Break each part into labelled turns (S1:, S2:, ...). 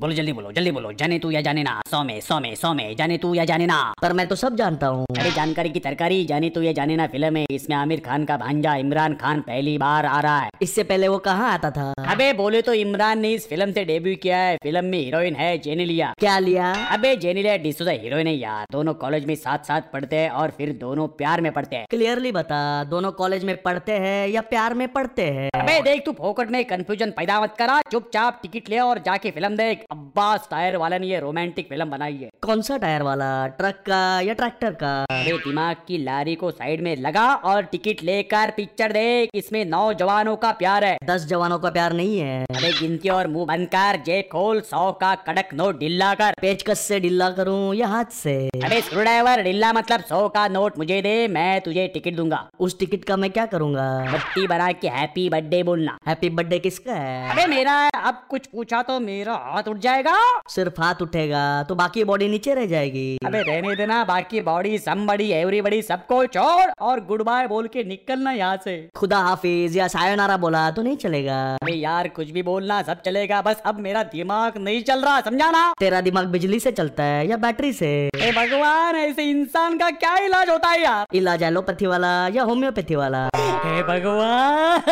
S1: बोलो जल्दी बोलो जल्दी बोलो जाने तू या जाने ना सौ में सौ में सौ में जाने तू या जाने ना
S2: पर मैं तो सब जानता हूँ
S1: अरे जानकारी की तरकारी जाने तू या जाने ना फिल्म है इसमें आमिर खान का भांजा इमरान खान पहली बार आ रहा है
S2: इससे पहले वो कहाँ आता था
S1: अबे बोले तो इमरान ने इस फिल्म से डेब्यू किया है फिल्म में हीरोइन है जेनेलिया
S2: क्या लिया
S1: अबे जेनेलिया डिसूजा हीरोइन है यार दोनों कॉलेज में साथ साथ पढ़ते हैं और फिर दोनों प्यार में पढ़ते हैं
S2: क्लियरली बता दोनों कॉलेज में पढ़ते हैं या प्यार में पढ़ते हैं
S1: अबे देख तू फोकट में कंफ्यूजन पैदा मत करा चुपचाप टिकट ले और जाके फिल्म देख अब्बास टायर वाला ने ये रोमांटिक फिल्म बनाई है
S2: कौन सा टायर वाला ट्रक का या ट्रैक्टर का
S1: अबे दिमाग की लारी को साइड में लगा और टिकट लेकर पिक्चर देख इसमें नौजवानों का प्यार है
S2: दस जवानों का प्यार नहीं है
S1: अबे गिनती और मुंह बंद कर जेब खोल सौ का कड़क नोट ढिल्ला कर
S2: पेचकस से ढीला करूँ या हाथ से
S1: अबे स्क्रू ड्राइवर ढिल्ला मतलब सौ का नोट मुझे दे मैं तुझे टिकट दूंगा
S2: उस टिकट का मैं क्या करूँगा
S1: बट्टी बना के हैप्पी बर्थडे बोलना
S2: हैप्पी बर्थडे किसका है
S1: अबे मेरा अब कुछ पूछा तो मेरा हाथ उठ जाएगा
S2: सिर्फ हाथ उठेगा तो बाकी बॉडी नीचे रह जाएगी
S1: अबे रहने देना बाकी बॉडी समबड़ी एवरीबडी सबको छोड़ और गुड बाय बोल के निकलना यहाँ से
S2: खुदा हाफिज या सायोनारा बोला तो नहीं चलेगा
S1: अबे यार कुछ भी बोलना सब चलेगा बस अब मेरा दिमाग नहीं चल रहा समझा ना
S2: तेरा दिमाग बिजली से चलता है या बैटरी से
S1: ए भगवान ऐसे इंसान का क्या इलाज होता है यार
S2: इलाज एलोपैथी वाला या होम्योपैथी वाला
S1: हे भगवान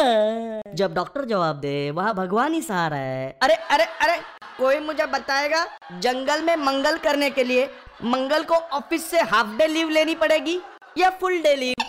S2: जब डॉक्टर जवाब दे वहाँ भगवान ही सहारा है अरे अरे अरे कोई मुझे बताएगा जंगल में मंगल करने के लिए मंगल को ऑफिस से हाफ डे लीव लेनी पड़ेगी या फुल डे लीव